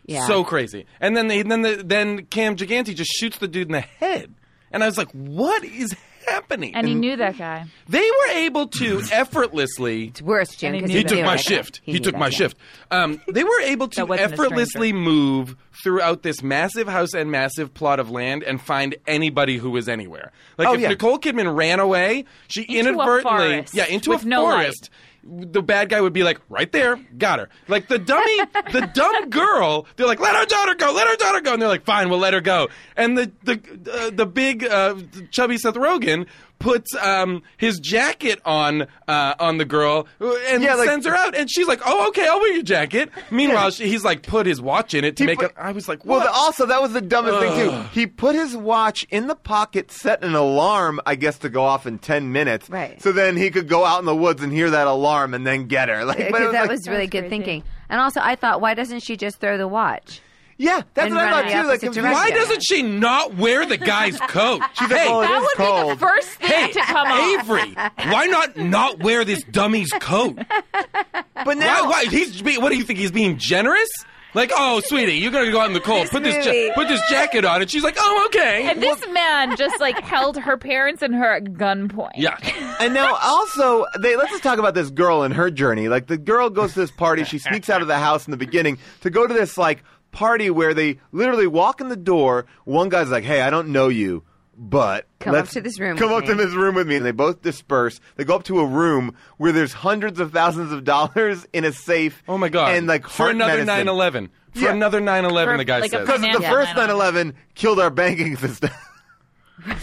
F: yeah.
E: so crazy. And then they, then the, then Cam Gigante just shoots the dude in the head. And I was like, what is happening?
D: And he knew that guy.
E: they were able to effortlessly
F: it's worse, Jim.
D: And he
F: 'cause
D: knew
E: He
D: that.
E: took
F: knew
E: my
F: it.
E: shift. He,
F: knew
E: took
F: that,
E: my
F: yeah. (laughs)
E: shift. Um, they were able to
D: That wasn't a
E: effortlessly move throughout this massive house and massive plot of land and find anybody who was anywhere. Like
B: Oh,
E: if
B: yeah.
E: Nicole Kidman ran away, she
D: a
E: inadvertently,
D: forest
E: yeah, into
D: with
E: a
D: no light.
E: forest. The bad guy would be like, right there, got her. Like the dummy, the dumb girl. They're like, let our daughter go, let our daughter go, and they're like, fine, we'll let her go. And the the uh, the big uh, chubby Seth Rogen puts um, his jacket on uh, on the girl and
B: Yeah, like-
E: sends her out, and she's like, "Oh, okay, I'll wear
B: (laughs)
E: your jacket." Meanwhile, she, he's like, put his watch in it to
B: He
E: make.
B: put-
E: it. I was like,
B: Well,
E: "What?"
B: the, also that was the dumbest thing too. He put his watch in the pocket, set an alarm, I guess, to go off in ten minutes.
F: Right.
B: So then he could go out in the woods and hear that alarm and then get her. Like, but it
F: Because
B: was
F: that
B: like-
F: was really good thinking. And also, I thought, why doesn't she just throw the watch?
B: yeah, that's
F: and
B: what I
F: run
B: thought
F: in
B: too. Like,
F: the opposite
B: if you-
F: direction.
E: Why doesn't she not wear the guy's coat? hey,
B: "Well, it
D: That
B: is
D: would be
B: cold."
D: the first thing
E: hey,
D: to come off.
E: Avery, why not not wear this dummy's coat?
B: but
E: Why,
B: now,
E: why he's be, what do you think he's being generous? Like, oh, sweetie, you're gonna go out in the cold.
F: This
E: put this ja-
F: movie.
E: put this jacket on, and she's like, oh, okay.
D: And this man just like held her parents and her at gunpoint.
E: yeah,
B: and now also, they, let's just talk about this girl and her journey. Like, the girl goes to this party. She sneaks out of the house in the beginning to go to this like party where they literally walk in the door. One guy's like, "Hey, I don't know you." But
F: Come
B: let's
F: up to this room
B: Come
F: with
B: up to
F: me."
B: this room with me, and they both disperse. They go up to a room where there's hundreds of thousands of dollars in a safe.
E: Oh my god!
B: And like
E: for
B: heart
E: another
B: medicine.
E: 9/11. For
B: Yeah.
E: another 9/11,
D: For,
E: the guy
D: like, a
E: says.
B: Because the
D: Yeah.
B: first 9/11 killed our banking system. (laughs)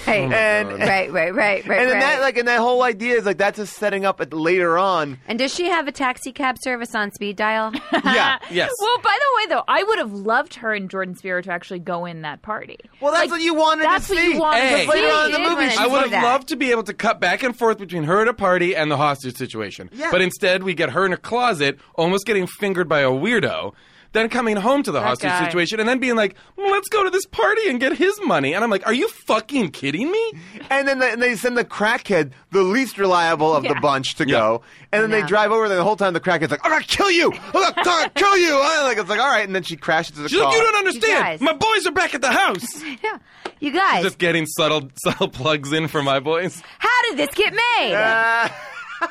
F: Right.
B: And- God.
F: right, right, right, right.
B: and then
F: right.
B: that like and that whole idea is like that's just setting up at later
F: (laughs)
B: on.
F: and does she have a taxi cab service on speed dial? (laughs)
B: Yeah.
E: Yes.
D: Well, by the way, though, I would have loved her and Jordan Spear to actually go in that party.
B: Well, that's
D: Like,
B: what you wanted
D: that's
B: to
D: what
B: see.
D: you wanted
E: Hey.
B: Because later on in the
F: You did
B: movie,
F: wanna
B: she's
F: see
E: I would have
F: that.
E: loved to be able to cut back and forth between her at a party and the hostage situation.
B: Yeah.
E: But instead, we get her in a closet, almost getting fingered by a weirdo, then coming home to the hostage
D: guy.
E: situation, and then being like, "Mm, let's go to this party and get his money. And I'm like, are you fucking kidding me?
B: and then they, and they send the crackhead, the least reliable of the
D: Yeah.
B: bunch, to
E: Yeah.
B: go. And then they
F: No.
B: drive over there. The whole time, the crackhead's like, "I'm gonna kill you! I'm gonna
F: (laughs)
B: t- kill you!" (laughs) And like it's like, all right. And then she crashes the
E: She's
B: car.
E: like, you don't
F: guys.
E: understand. My boys are back at the house.
F: Yeah. You guys,
E: Just getting subtle, (laughs) subtle plugs in for my boys.
F: how did this get made?
B: Uh,
F: how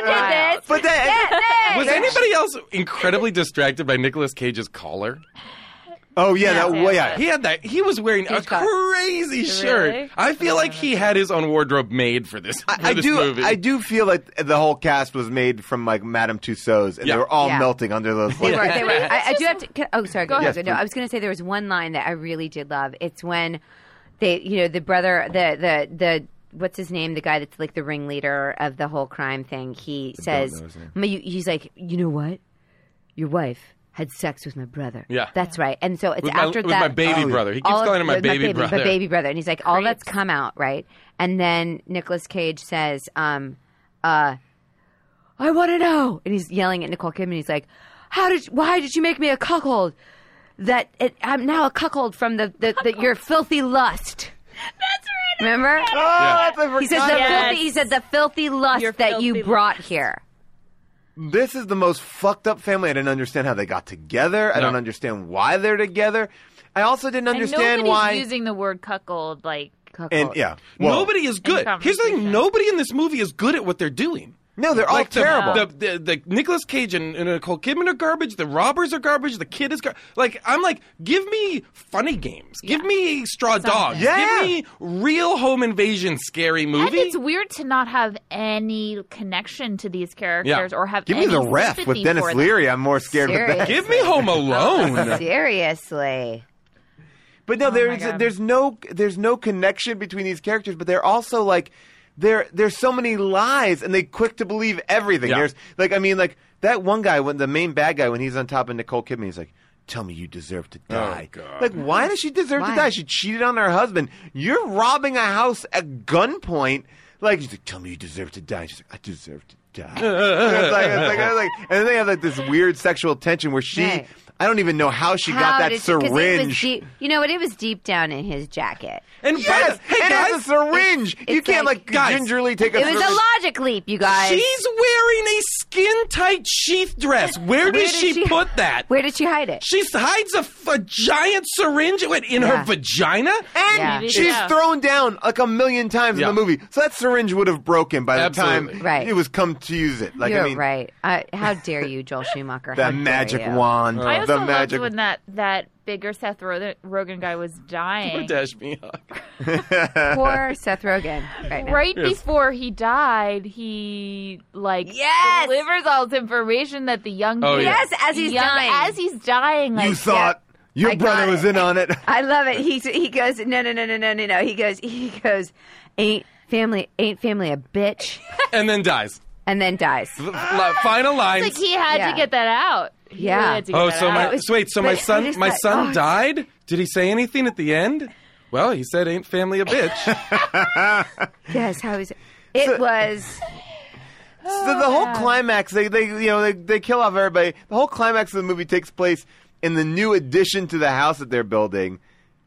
F: did
B: (laughs)
F: this
B: but then,
F: get made?
E: Was anybody else incredibly distracted by Nicolas Cage's collar?
B: oh yeah, that way. Yeah.
E: He had that. He was wearing a
F: Huge cock.
E: crazy shirt. I feel like he had his own wardrobe made for this. for
B: I, I
E: this
B: do.
E: Movie.
B: I do feel like the whole cast was made from like Madame Tussauds, and
E: Yeah.
B: they were all
F: Yeah.
B: melting under those.
F: They
B: lights. (laughs)
F: were. They were. I, I do have to. Can, oh, sorry. Go
B: ahead.
F: ahead. No, I was going to say there was one line that I really did love. It's when they, you know, the brother, the the the. What's his name? The guy that's like the ringleader of the whole crime thing. He says, "Ma- you- he's like, you know what? Your wife had sex with my brother.
E: Yeah.
F: that's right. And so it's
E: with my,
F: after
E: with
F: that.
E: my baby brother. He keeps
F: all of-
E: calling him my
F: with
E: baby, brother.
F: My baby brother. And he's like, all that's come out, right? And then Nicolas Cage says, um, uh, I want to know. And he's yelling at Nicole Kidman. He's like, how did, why did you make me a cuckold?
D: (laughs)
F: That it, I'm now a cuckold from the, the, the your filthy lust.
D: That's right.
F: Remember?
B: Ah, that's a-
F: He says the
D: Yes.
F: filthy. He said the filthy lust
D: Your
F: that
D: filthy
F: you brought here.
B: This is the most fucked up family. I didn't understand how they got together. I
E: No.
B: don't understand why they're together. I also didn't understand
D: and nobody's
B: why.
D: using the word cuckold like
B: and yeah, well,
E: nobody is good. Here's the thing:
D: conversation.
E: nobody in this movie is good at what they're doing.
B: No, they're all
E: Like the,
B: terrible.
E: The, the, the Nicolas Cage and, and Nicole Kidman are garbage. The robbers are garbage. The kid is garbage. Like I'm like, give me funny games. Give me Straw Dogs.
B: Yeah.
E: Give me real home invasion scary
D: And
E: movie.
D: it's weird to not have any connection to these characters
E: Yeah.
D: or have
B: give me
D: any
B: the ref
D: sympathy
B: with Dennis
D: for them.
B: Leary. I'm more scared of that.
F: Serious.
E: Give me
B: (laughs)
E: Home Alone.
F: Seriously.
B: But no,
F: Oh
B: there's
D: God.
B: there's no there's no connection between these characters, but they're also like there there's so many lies and they quick to believe everything.
E: Yeah.
B: There's like I mean like that one guy when the main bad guy when he's on top of Nicole Kidman, he's like Tell me you deserve to die.
E: Oh, God.
B: Like, why does she deserve to
F: Why?
B: die? She cheated on her husband. You're robbing a house at gunpoint. Like, she's like, tell me you deserve to die. She's like, I deserve to
E: (laughs)
B: die. it's like, it's like, it's like, and then they have like this weird sexual tension where she,
F: Right.
B: I don't even know how she
F: How
B: got that
F: did you- 'cause it was
B: syringe.
F: deep- you know what? It was deep down in his jacket.
E: and by
B: Yes,
E: the- hey
B: and
E: guys,
B: it has a syringe. you
F: it's
B: can't like,
F: like-
E: Guys,
B: gingerly take a
F: It was
B: syringe.
F: a logic leap, you guys.
E: she's wearing a skin tight sheath dress. Where did
F: did
E: she,
F: she- (laughs)
E: put that?
F: Where did she hide it?
E: She hides a, f- a giant syringe wait, in her
F: Yeah.
E: vagina.
B: And
F: Yeah.
B: she's
D: Yeah.
B: thrown down like a million times
E: Yeah.
B: in the movie, so that syringe would have broken by the
E: Absolutely.
B: time
F: Right.
B: it was come to use it. Like
F: You're
B: I mean,
F: right. I, how dare you,
B: (laughs)
F: Joel Schumacher? How
B: the
F: dare
B: magic
F: you.
B: wand,
D: I also
B: the
D: loved
B: magic.
D: when that that bigger Seth Ro- Rogen guy was dying.
E: Dash me up.
F: Poor Seth Rogen. (laughs) Right. Now.
D: Right before he died, he like
F: Yes!
D: delivers all this information that the young
E: Oh,
D: kid-
E: yeah.
F: Yes, as he's
D: young-
F: dying.
D: as he's dying, like
B: you thought your
F: I got
B: brother
F: it.
B: was in on
F: (laughs)
B: it.
F: I love it. He he goes no no no no no no no. He goes he goes ain't family ain't family a (laughs) bitch
E: And then
F: (laughs)
E: dies.
F: and then dies.
E: Li- Final lines.
D: It's like he had
F: Yeah.
D: to get that out. He
F: Yeah.
D: really had to get
E: oh,
D: that
E: so
D: out.
E: my
F: was-
E: so wait, so my
F: but I
E: son,
F: just
E: my
F: thought,
E: son
F: oh.
E: died. Did he say anything at the end? Well, he said, "Ain't family a
F: (laughs)
E: bitch."
F: Yes, how is it?
B: (laughs)
F: It was
B: so the whole climax, they, they you know they, they kill off everybody. The whole climax of the movie takes place in the new addition to the house that they're building.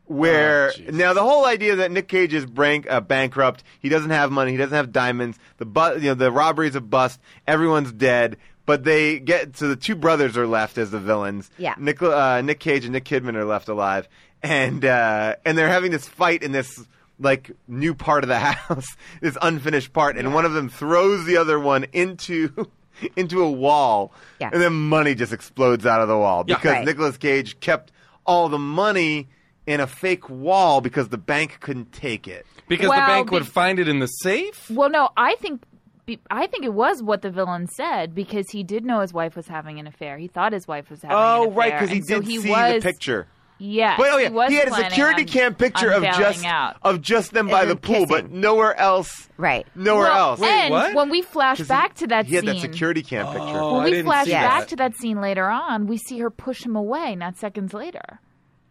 B: Where
E: Oh, Jesus.
B: now the whole idea that Nick Cage is bank, uh, bankrupt, he doesn't have money, he doesn't have diamonds. The bu- you know the robbery's a bust. Everyone's dead, but they get so the two brothers are left as the villains.
F: Yeah.
B: Nick uh, Nick Cage and Nick Kidman are left alive, and uh, and they're having this fight in this like new part of the (laughs) house, this unfinished part, and one of them throws the other one into (laughs) into a wall,
F: Yeah.
B: and then money just explodes out of the wall
E: Yeah.
B: because
F: Right.
B: Nicolas Cage kept all the money in a fake wall because the bank couldn't take it.
E: Because the
D: Well,
E: bank
D: be-
E: would find it in the safe.
D: Well, no, I think be- I think it was what the villain said because he did know his wife was having an affair. He thought his wife was having an affair.
B: Oh, right, because he
D: and so
B: did
D: he
B: see
D: was,
B: the picture.
D: Yes,
B: Well, oh
D: he,
B: yeah,
D: was
B: he, had a
D: planning
B: security
D: on-
B: cam picture
D: on
B: of
D: bailing
B: just
D: out.
B: of just them by
F: And
B: the pool, but
F: kissing.
B: nowhere else.
F: right.
B: Nowhere
D: well,
B: else.
D: And
E: what?
D: when we flash
B: 'Cause
D: back
B: he-
D: to that
B: he had
D: scene,
B: that security cam picture.
E: Oh,
D: when
E: I
D: we
E: didn't
D: flash
E: see
D: back
E: that.
D: to that scene later on, we see her push him away, not seconds later.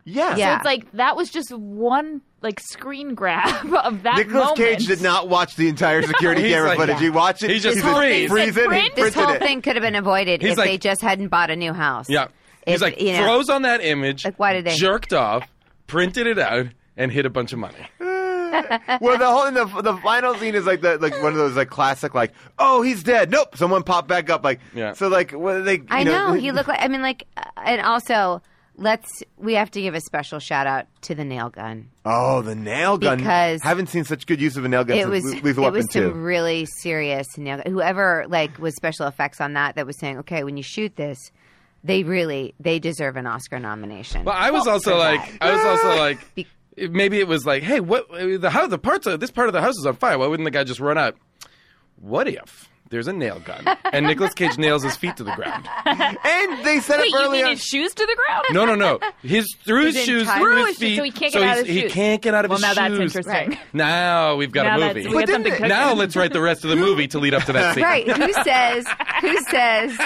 B: yeah,
F: Yeah.
D: It's like that was just one like screen grab (laughs) of that
B: Nicholas
D: moment.
B: Cage did not watch the entire security
E: (laughs) He's
B: camera
E: like-
B: footage.
E: Yeah.
B: He watched it.
E: He just
B: he's
E: whole
B: like,
E: thing
B: freeze
D: said
B: it. He
D: print.
F: This
B: printed
F: whole
B: it.
F: thing could have been avoided
E: He's
F: if
E: like-
F: they just hadn't bought a new house.
E: Yeah, he's
F: If,
E: like
F: you know-
E: throws on that image,
F: Like, why did they-
E: jerked off, printed it out, and hid a bunch of money.
B: Well, the whole and the, the final scene is like the like one of those like classic like oh he's dead nope someone popped back up like
E: Yeah.
B: so like what they you
F: I know.
B: know
F: he looked like I mean like uh, and also let's we have to give a special shout out to the nail gun.
B: (laughs) oh the nail gun
F: Because-
B: haven't seen such good use of a nail gun
F: It
B: since
F: was
B: Le-
F: it
B: Lethal Weapon
F: was
B: two
F: some really serious nail gun. Whoever like was special effects on that that was saying, Okay, when you shoot this, they really they deserve an Oscar nomination.
E: Well, I was also like, I was also like,
F: Be-
E: it- maybe it was like, hey, what the how the parts of this part of the house is on fire. Why wouldn't the guy just run out? What if there's a nail gun and Nicolas Cage nails his feet to the ground?
B: and they said
D: Wait,
B: it
D: you mean
B: earlier
D: his shoes to the ground?
E: No, no, no. His through his,
F: His
E: shoes,
F: entire-
E: through
D: Through
E: his
D: his shoes,
E: feet,
D: so he can't get out of his
E: he's-
D: shoes.
E: He can't get out of
D: Well,
E: his
D: now
E: shoes.
D: that's interesting.
E: Now we've got
D: (laughs) Now
E: a
D: that's-
E: movie.
D: we got
B: But
D: something
B: didn't-
D: cooking.
E: Now let's write the rest of the movie to lead up to
F: (laughs)
E: that scene.
F: Right.
E: (laughs)
F: Who says who says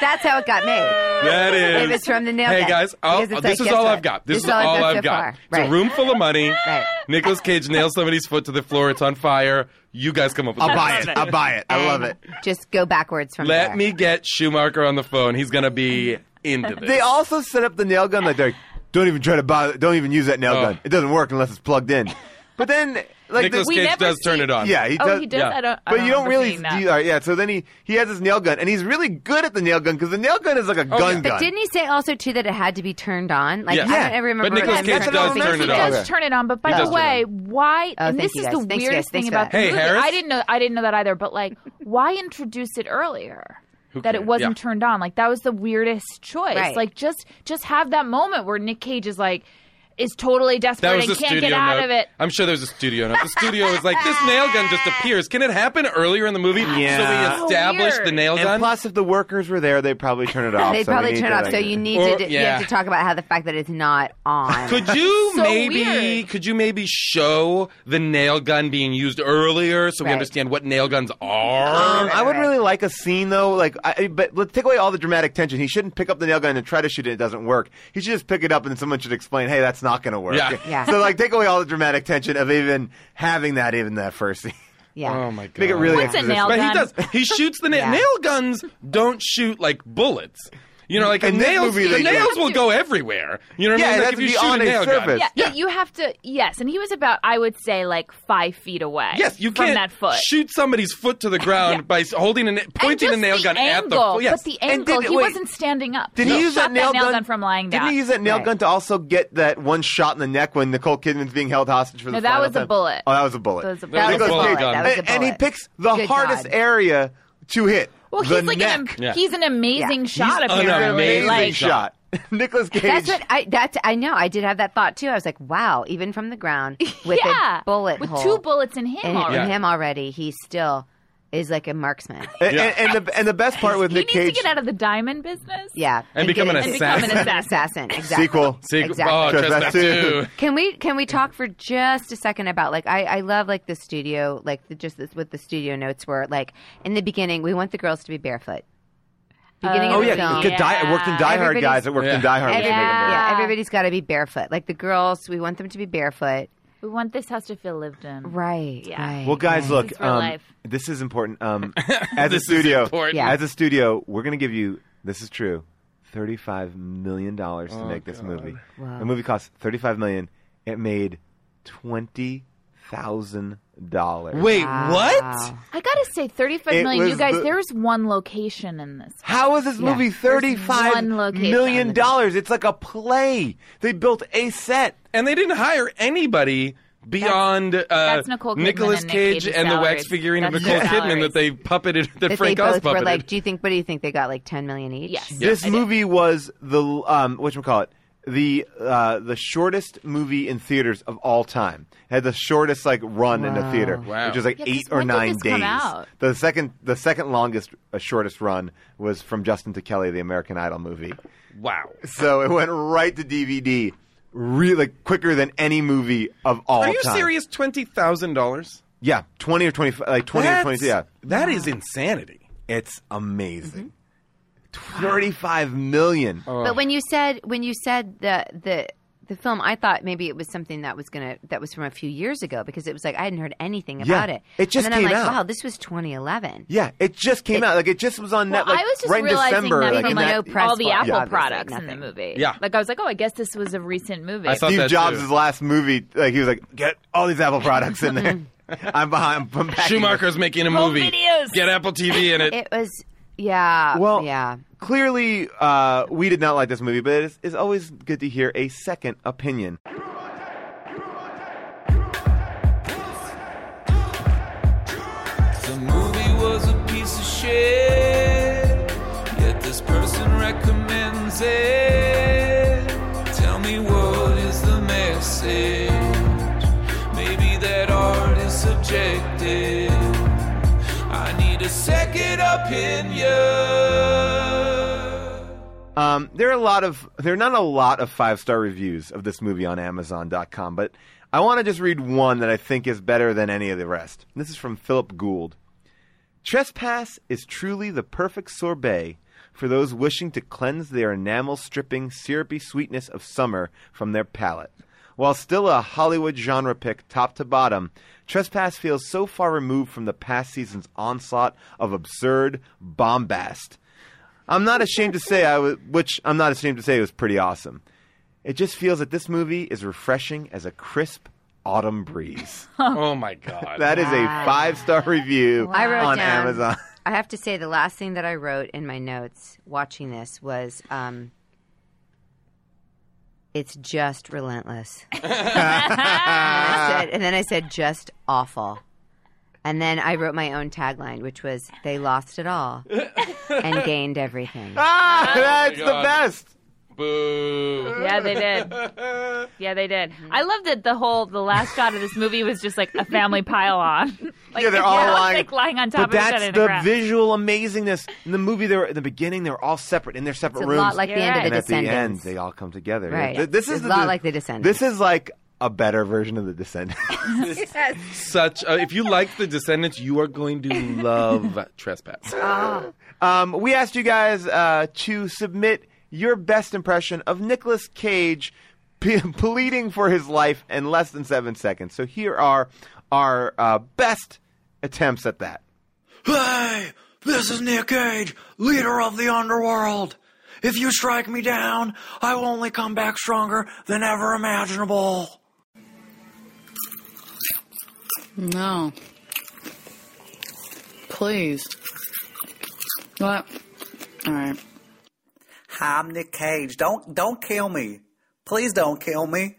F: That's how it got made.
E: That is.
F: It was from the nail
E: Hey
F: gun.
E: guys, I'll-
F: Because it's
E: this
F: like,
E: is
F: guess
E: all
F: what?
E: I've got. This, is all I've
F: so
E: got.
F: far.
E: It's
F: Right.
E: a room full of money.
F: Right.
E: Nicholas Cage nails somebody's foot to the floor. It's on fire. You guys come up with
B: I'll
E: the
B: buy
E: rest.
B: it I'll buy it I love
F: And
B: it
F: Just go backwards from
E: Let
F: there.
E: me get Schumacher on the phone. He's gonna be into this.
B: They also set up the nail gun like they're like, Don't even try to bother. Don't even use that nail
E: Oh.
B: gun. It doesn't work unless it's plugged in. But then, like,
E: Nicholas
D: We
E: Cage
D: never
E: does
D: see-
E: turn it on.
B: yeah, he
D: oh,
B: does.
D: he does.
E: yeah.
D: I don't. I
B: But you don't
F: Oh,
D: remember
B: really,
D: seeing that.
B: you- all right, yeah. So then he he has his nail gun, and he's really good at the nail gun because the nail gun is like a gun
F: Oh, But
B: gun.
F: didn't he say also too that it had to be turned on? Like
E: Yeah.
F: I
B: Yeah.
F: don't ever remember.
E: But Nicolas
F: that
E: Cage
F: part.
B: does
D: He
B: turn it on.
D: does
B: Okay.
D: turn it on, but by
E: does
D: the
E: turn it
D: way, why?
F: Oh,
D: and
F: thank
D: this
F: you
D: is
F: guys.
D: the
F: Thanks, guys.
D: weirdest
F: Thanks
D: thing
F: for
D: about
F: that.
D: the
E: Hey,
D: movie.
E: Harris.
D: I didn't know. I didn't know that either. But like, why introduce it earlier? That it
E: cares?
D: wasn't
E: Yeah.
D: turned on. Like that was the weirdest choice.
F: Right.
D: Like just just have that moment where Nick Cage is like is totally desperate
E: That was the
D: and can't
E: studio
D: get out
E: note.
D: of it.
E: I'm sure there's a studio note. The studio is like, this nail gun just appears. Can it happen earlier in the movie?
B: Yeah.
E: So we establish
D: Weird.
E: the nail
B: and
E: gun.
B: plus, if the workers were there, they'd probably
F: (laughs)
B: turn it off.
F: They
B: so we
F: probably
B: need
F: turn it
B: to,
F: off.
B: like-
F: So you need
E: Or-
F: to you
E: yeah.
F: have to talk about how the fact that it's not on.
E: could you
D: (laughs) So
E: maybe
D: weird.
E: could you maybe show the nail gun being used earlier so we
F: Right.
E: understand what nail guns are?
B: Um, I would really like a scene though, like, I, but let's take away all the dramatic tension. He shouldn't pick up the nail gun and try to shoot it; it doesn't work. He should just pick it up and someone should explain, "Hey, that's not going to work." (laughs)
E: Yeah.
F: Yeah.
B: So like, take away all the dramatic tension of even having that, even that first scene. (laughs)
F: yeah.
E: Oh my god.
B: Make it really.
D: What's a
B: exposition-
D: nail
E: But
D: gun?
E: he does.
D: (laughs)
E: He shoots the nail.
F: Yeah.
E: Nail guns don't shoot like bullets. You know, like
B: In
E: a
B: this
E: nails,
B: movie,
E: the
B: they do.
E: nails will go everywhere. You know what
B: Yeah,
E: I mean?
B: it
E: Like
B: has
E: if
B: to
E: you
B: be
E: shoot
B: on
E: a
B: a
E: nail
B: surface.
E: gun.
D: Yeah,
E: Yeah.
D: you have to. Yes, and he was about, I would say, like five feet away.
E: Yes, you
D: from
E: can't
D: that foot.
E: shoot somebody's foot to the ground by s- holding a na-
D: And
E: pointing
D: just
E: a nail
D: the
E: gun at the
D: angle,
E: foot. Yes.
D: But the
B: And
D: angle,
B: did-
D: he
B: wait.
D: wasn't standing up.
B: Did he use
D: shot
B: that nail,
D: gun, from lying down?
B: Didn't he use that nail
F: Right.
B: gun to also get that one shot in the neck when Nicole Kidman's being held hostage for the
D: No, that
B: final
D: was a
B: time?
D: bullet.
B: Oh, that was a bullet.
D: That was a bullet.
F: That was a
B: Nicolas
F: bullet.
B: Cage-
F: That was a
B: and, and he
F: bullet.
B: picks the
F: Good
B: hardest
F: God.
B: area to hit.
D: well,
B: the
D: he's like
B: neck.
D: an am-
E: Yeah.
D: he's an amazing shot.
E: an
D: apparently,
E: amazing
D: like
B: shot. Nicholas Cage.
D: (laughs)
F: That's what I. That's I know. I did have that thought too. I was like, wow, even from
D: (laughs)
F: the ground with
D: yeah,
F: a bullet
D: with
F: hole
D: two bullets in him.
F: in, in
D: already.
E: Yeah.
F: him already, he still is like a marksman.
B: (laughs) and,
E: Yeah.
B: and, and the and the best part with
D: He
B: Nick
D: needs
B: Cage
D: to get out of the diamond business.
F: Yeah,
E: become
F: get
E: an
F: into-
E: And become an
F: become an
D: assassin.
F: assassin. Exactly.
B: Sequel.
E: Sig-
F: Exactly.
E: oh,
B: Because
E: Trespass
B: that's it.
E: too.
F: Can we can we talk for just a second about like I, I love like the studio like the, just this, what the studio notes were like in the beginning we want the girls to be barefoot. Beginning
B: Oh
F: of the
B: yeah,
F: film,
B: yeah. Die, I worked in Die Hard,
F: Everybody's-
B: guys. I worked in Die Hard.
F: Everybody,
B: with Nick
D: Yeah.
B: Cage.
F: yeah, everybody's got to be barefoot. Like the girls, we want them to be barefoot.
D: We want this house to feel lived in.
F: Right.
D: Yeah.
F: Right,
B: Well, guys,
F: right.
B: look.
D: It's real
B: um,
D: life.
B: this is important. Um, as a
E: This is
B: studio,
E: important.
F: Yeah.
B: as a studio, we're going to give you. This is true. Thirty-five million dollars to make this movie. The movie cost thirty-five million. It made twenty thousand dollars.
E: Wait, what?
F: Wow.
D: I gotta say,
B: It
D: thirty-five million.
B: was
D: You guys,
B: the-
D: there is one location in this.
B: How is this
F: Yeah.
B: movie thirty-five
D: one location.
B: million dollars? It's like a play. They built a set.
E: And they didn't hire anybody beyond
D: that's
E: uh,
D: Nicole Kidman
E: Nicolas
D: and Nick
E: Cage
D: Cage's
E: and the wax
D: salaries.
E: figurine of
D: That's
E: Nicole
D: their
E: Kidman
D: salaries.
E: that they puppeted that
F: That
E: Frank
F: they
E: Oz
F: both were
E: puppeted.
F: like, do you think? What do you think they got? Like ten million each.
D: Yes.
B: this movie was the um, what you call it the uh, the shortest movie in theaters of all time. It had the shortest like run in a theater,
E: Wow.
B: which was like
D: Yeah, 'cause
B: eight or
D: when did
B: nine
D: this come
B: days.
D: out?
B: The second the second longest uh, shortest run was from Justin to Kelly, the American Idol movie.
E: wow.
B: So it went right to DVD, really like, quicker than any movie of all
E: Are you
B: time.
E: serious? Twenty thousand dollars?
B: Yeah, twenty or twenty, like twenty or twenty. Yeah,
E: That is insanity.
B: it's amazing.
D: Mm-hmm.
B: Thirty-five million.
E: Oh.
F: But when you said when you said the the the film, I thought maybe it was something that was gonna that was from a few years ago because it was like I hadn't heard anything about it.
B: it just
F: and then
B: came
F: I'm like,
B: out.
F: wow, this was 2011.
B: Yeah, it just came out. Like it just was on
D: Well,
B: Netflix. like,
D: I was just
B: right in
D: realizing
B: December.
D: that
B: like,
D: from
B: in
F: like,
B: that-
F: no press
D: all the
F: for it,
D: Apple
F: obviously,
D: products in the
F: nothing.
D: movie.
E: Yeah.
D: like I was like, oh, I guess this was a recent movie.
E: I thought
B: Steve
E: that
B: Jobs'
E: too.
B: last movie, like he was like, get all these Apple products in
E: (laughs)
B: there. I'm behind. I'm back.
E: Schumacher's making a
D: Home
E: movie.
D: videos.
E: Get Apple TV in it.
F: It was yeah.
B: Well,
F: yeah.
B: Clearly, uh, we did not like this movie, but it's, it's always good to hear a second opinion.
I: The movie was a piece of shit. Yet this person recommends it. Tell me what is the message? Maybe that art is subjective. I need a second opinion.
B: Um, there are a lot of there are not a lot of five star reviews of this movie on Amazon.com, but I want to just read one that I think is better than any of the rest. This is from Philip Gould. Trespass is truly the perfect sorbet for those wishing to cleanse their enamel stripping, syrupy sweetness of summer from their palate. While still a Hollywood genre pick top to bottom, Trespass feels so far removed from the past season's onslaught of absurd bombast. I'm not ashamed to say I was, which I'm not ashamed to say was pretty awesome. It just feels that this movie is refreshing as a crisp autumn
F: (laughs)
B: breeze.
E: Oh my god.
B: That is a five star review
F: I wrote
B: on
F: down, (laughs) Oh
B: Amazon.
F: I have to say, the last thing that I wrote in my notes watching this was, um, "It's just relentless." (laughs) and, I said, and then I said, "Just awful." And then I wrote my own tagline, which was, "They lost it all and gained everything."
B: Ah, (laughs) that's the
E: God.
B: best.
E: Boo.
D: Yeah,
B: (laughs)
D: they did. Yeah, they did. I loved that the whole the last shot of this movie was just like a family pile on. (laughs)
B: (laughs)
D: like,
B: yeah, they're all
D: yeah,
B: lying,
D: like lying on top
B: but
D: of each
B: that's
D: other in
B: the
D: grass.
B: visual amazingness in the movie. They were in the beginning. They were all separate in their separate
F: It's a
B: rooms.
F: lot like the
D: Yeah,
F: end of
D: right.
B: and
F: the
B: at the end,
F: Descendants.
B: they all come together.
F: Right.
B: Th- This
F: It's
B: is
F: a lot like The Descendants.
B: This is like a better version of the Descendants.
F: Yes.
E: Such a, if you like the Descendants, you are going to
B: (laughs)
E: love Trespass.
B: Uh, Um, we asked you guys uh, to submit your best impression of Nicolas Cage (laughs) p- pleading for his life in less than seven seconds. So here are our uh, best attempts at that.
H: Hey, this is Nick Cage, leader of the underworld. If you strike me down, I will only come back stronger than ever imaginable.
C: No. Please. What? All right.
H: Hi, I'm Nick Cage. Don't don't kill me. Please don't kill me.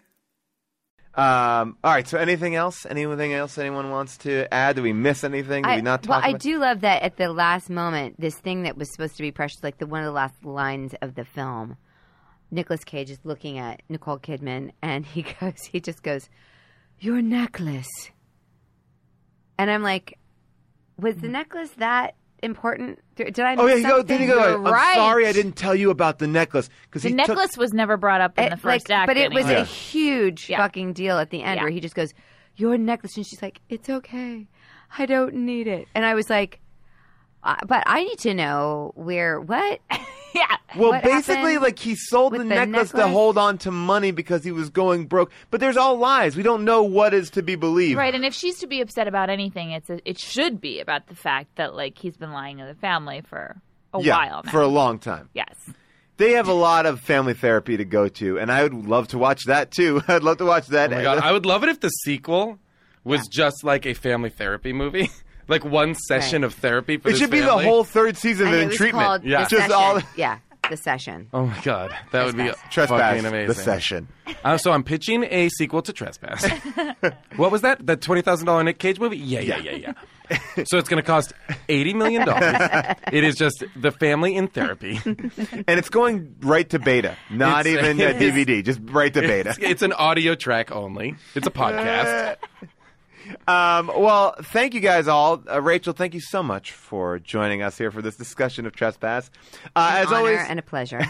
B: Um, all right. So anything else? Anything else anyone wants to add? Did we miss anything? Did
F: I,
B: we not talk
F: well, I
B: about-
F: do love that at the last moment, this thing that was supposed to be precious, like the one of the last lines of the film, Nicolas Cage is looking at Nicole Kidman, and (laughs) he goes, he just goes, "Your necklace," and I'm like, "Was the necklace that important? Did I?
B: Oh yeah,
F: miss
B: he go,
F: something?
B: did he go?
F: You're
B: I'm
F: right.
B: sorry, I didn't tell you about the necklace because
D: the
B: he
D: necklace
B: took.
D: was never brought up in
F: It-
D: the first
F: Eh, like,
D: act,
F: but it was
D: anyway.
F: a huge
D: Yeah.
F: fucking deal at the end
D: Yeah.
F: where he just goes, "Your necklace," and she's like, "It's okay, I don't need it." And I was like, uh, "But I need to know where what."
D: yeah.
B: Well,
F: what
B: basically,
F: happened
B: like he sold the,
F: with the
B: necklace, to
F: necklace?
B: hold on to money because he was going broke. But there's all lies. We don't know what is to be believed.
D: Right, and if she's to be upset about anything, it's a, it should be about the fact that like he's been lying to the family for a
B: yeah,
D: while now.
B: for a long time.
D: yes,
B: They have a lot of family therapy to go to, and I would love to watch that too. (laughs) I'd love to watch that.
E: Oh my God, I would love it if the sequel was just like a family therapy movie, (laughs) like one session of therapy. For
B: it
E: this
B: should be the
E: family.
B: whole third season
F: And
B: of
F: it
B: in
F: was
B: treatment.
F: called
E: Yeah.
F: the
B: just
F: session.
B: all
F: yeah, the session.
E: Oh my god, that would be
B: (laughs) trespass.
E: fucking amazing.
B: The session.
E: Uh, so I'm pitching a sequel
B: (laughs)
E: to Trespass. what was that? The twenty thousand dollar Nick Cage movie? Yeah, yeah, yeah, yeah. so it's going to cost eighty
B: (laughs)
E: million dollars. it is just the family in therapy.
B: and it's going right to
E: (laughs)
B: beta, not
E: It's-
B: even a
E: it's-
B: DVD, just right to beta.
E: It's, it's an audio track only. It's
B: (laughs)
E: a podcast.
B: Um, well, thank you guys all. Uh, Rachel, thank you so much for joining us here for this discussion of trespass. Uh,
F: An
B: (laughs) (laughs) as
F: honor
B: always,
F: and a pleasure.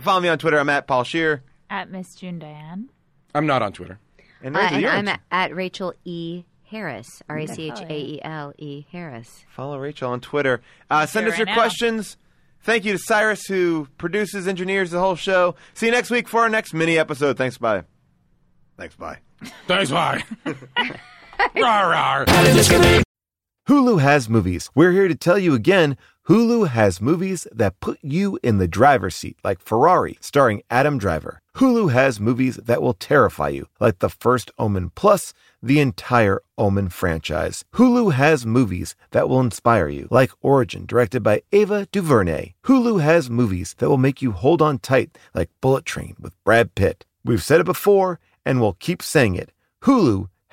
B: follow me on Twitter. I'm at Paul Shear.
D: at Miss June Diane.
E: I'm not on Twitter.
B: And
F: Uh,
B: Rachel,
F: and
B: you're
F: I'm
B: on-
F: at, at Rachel E. Harris, R A C H A E L E Harris.
B: follow Rachel on Twitter. Uh, send
D: do it
B: us your
D: right now.
B: questions. Thank you to Cyrus, who produces, engineers the whole show. See you next week for our next mini episode. Thanks, bye. Thanks, bye.
E: Thanks, bye. rawr, rawr.
J: Hulu has movies. We're here to tell you again Hulu has movies that put you in the driver's seat, like Ferrari, starring Adam Driver. Hulu has movies that will terrify you, like the first Omen Plus, the entire Omen franchise. Hulu has movies that will inspire you, like Origin, directed by Ava DuVernay. Hulu has movies that will make you hold on tight, like Bullet Train with Brad Pitt. We've said it before, and we'll keep saying it. Hulu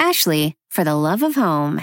K: Ashley, for the love of home.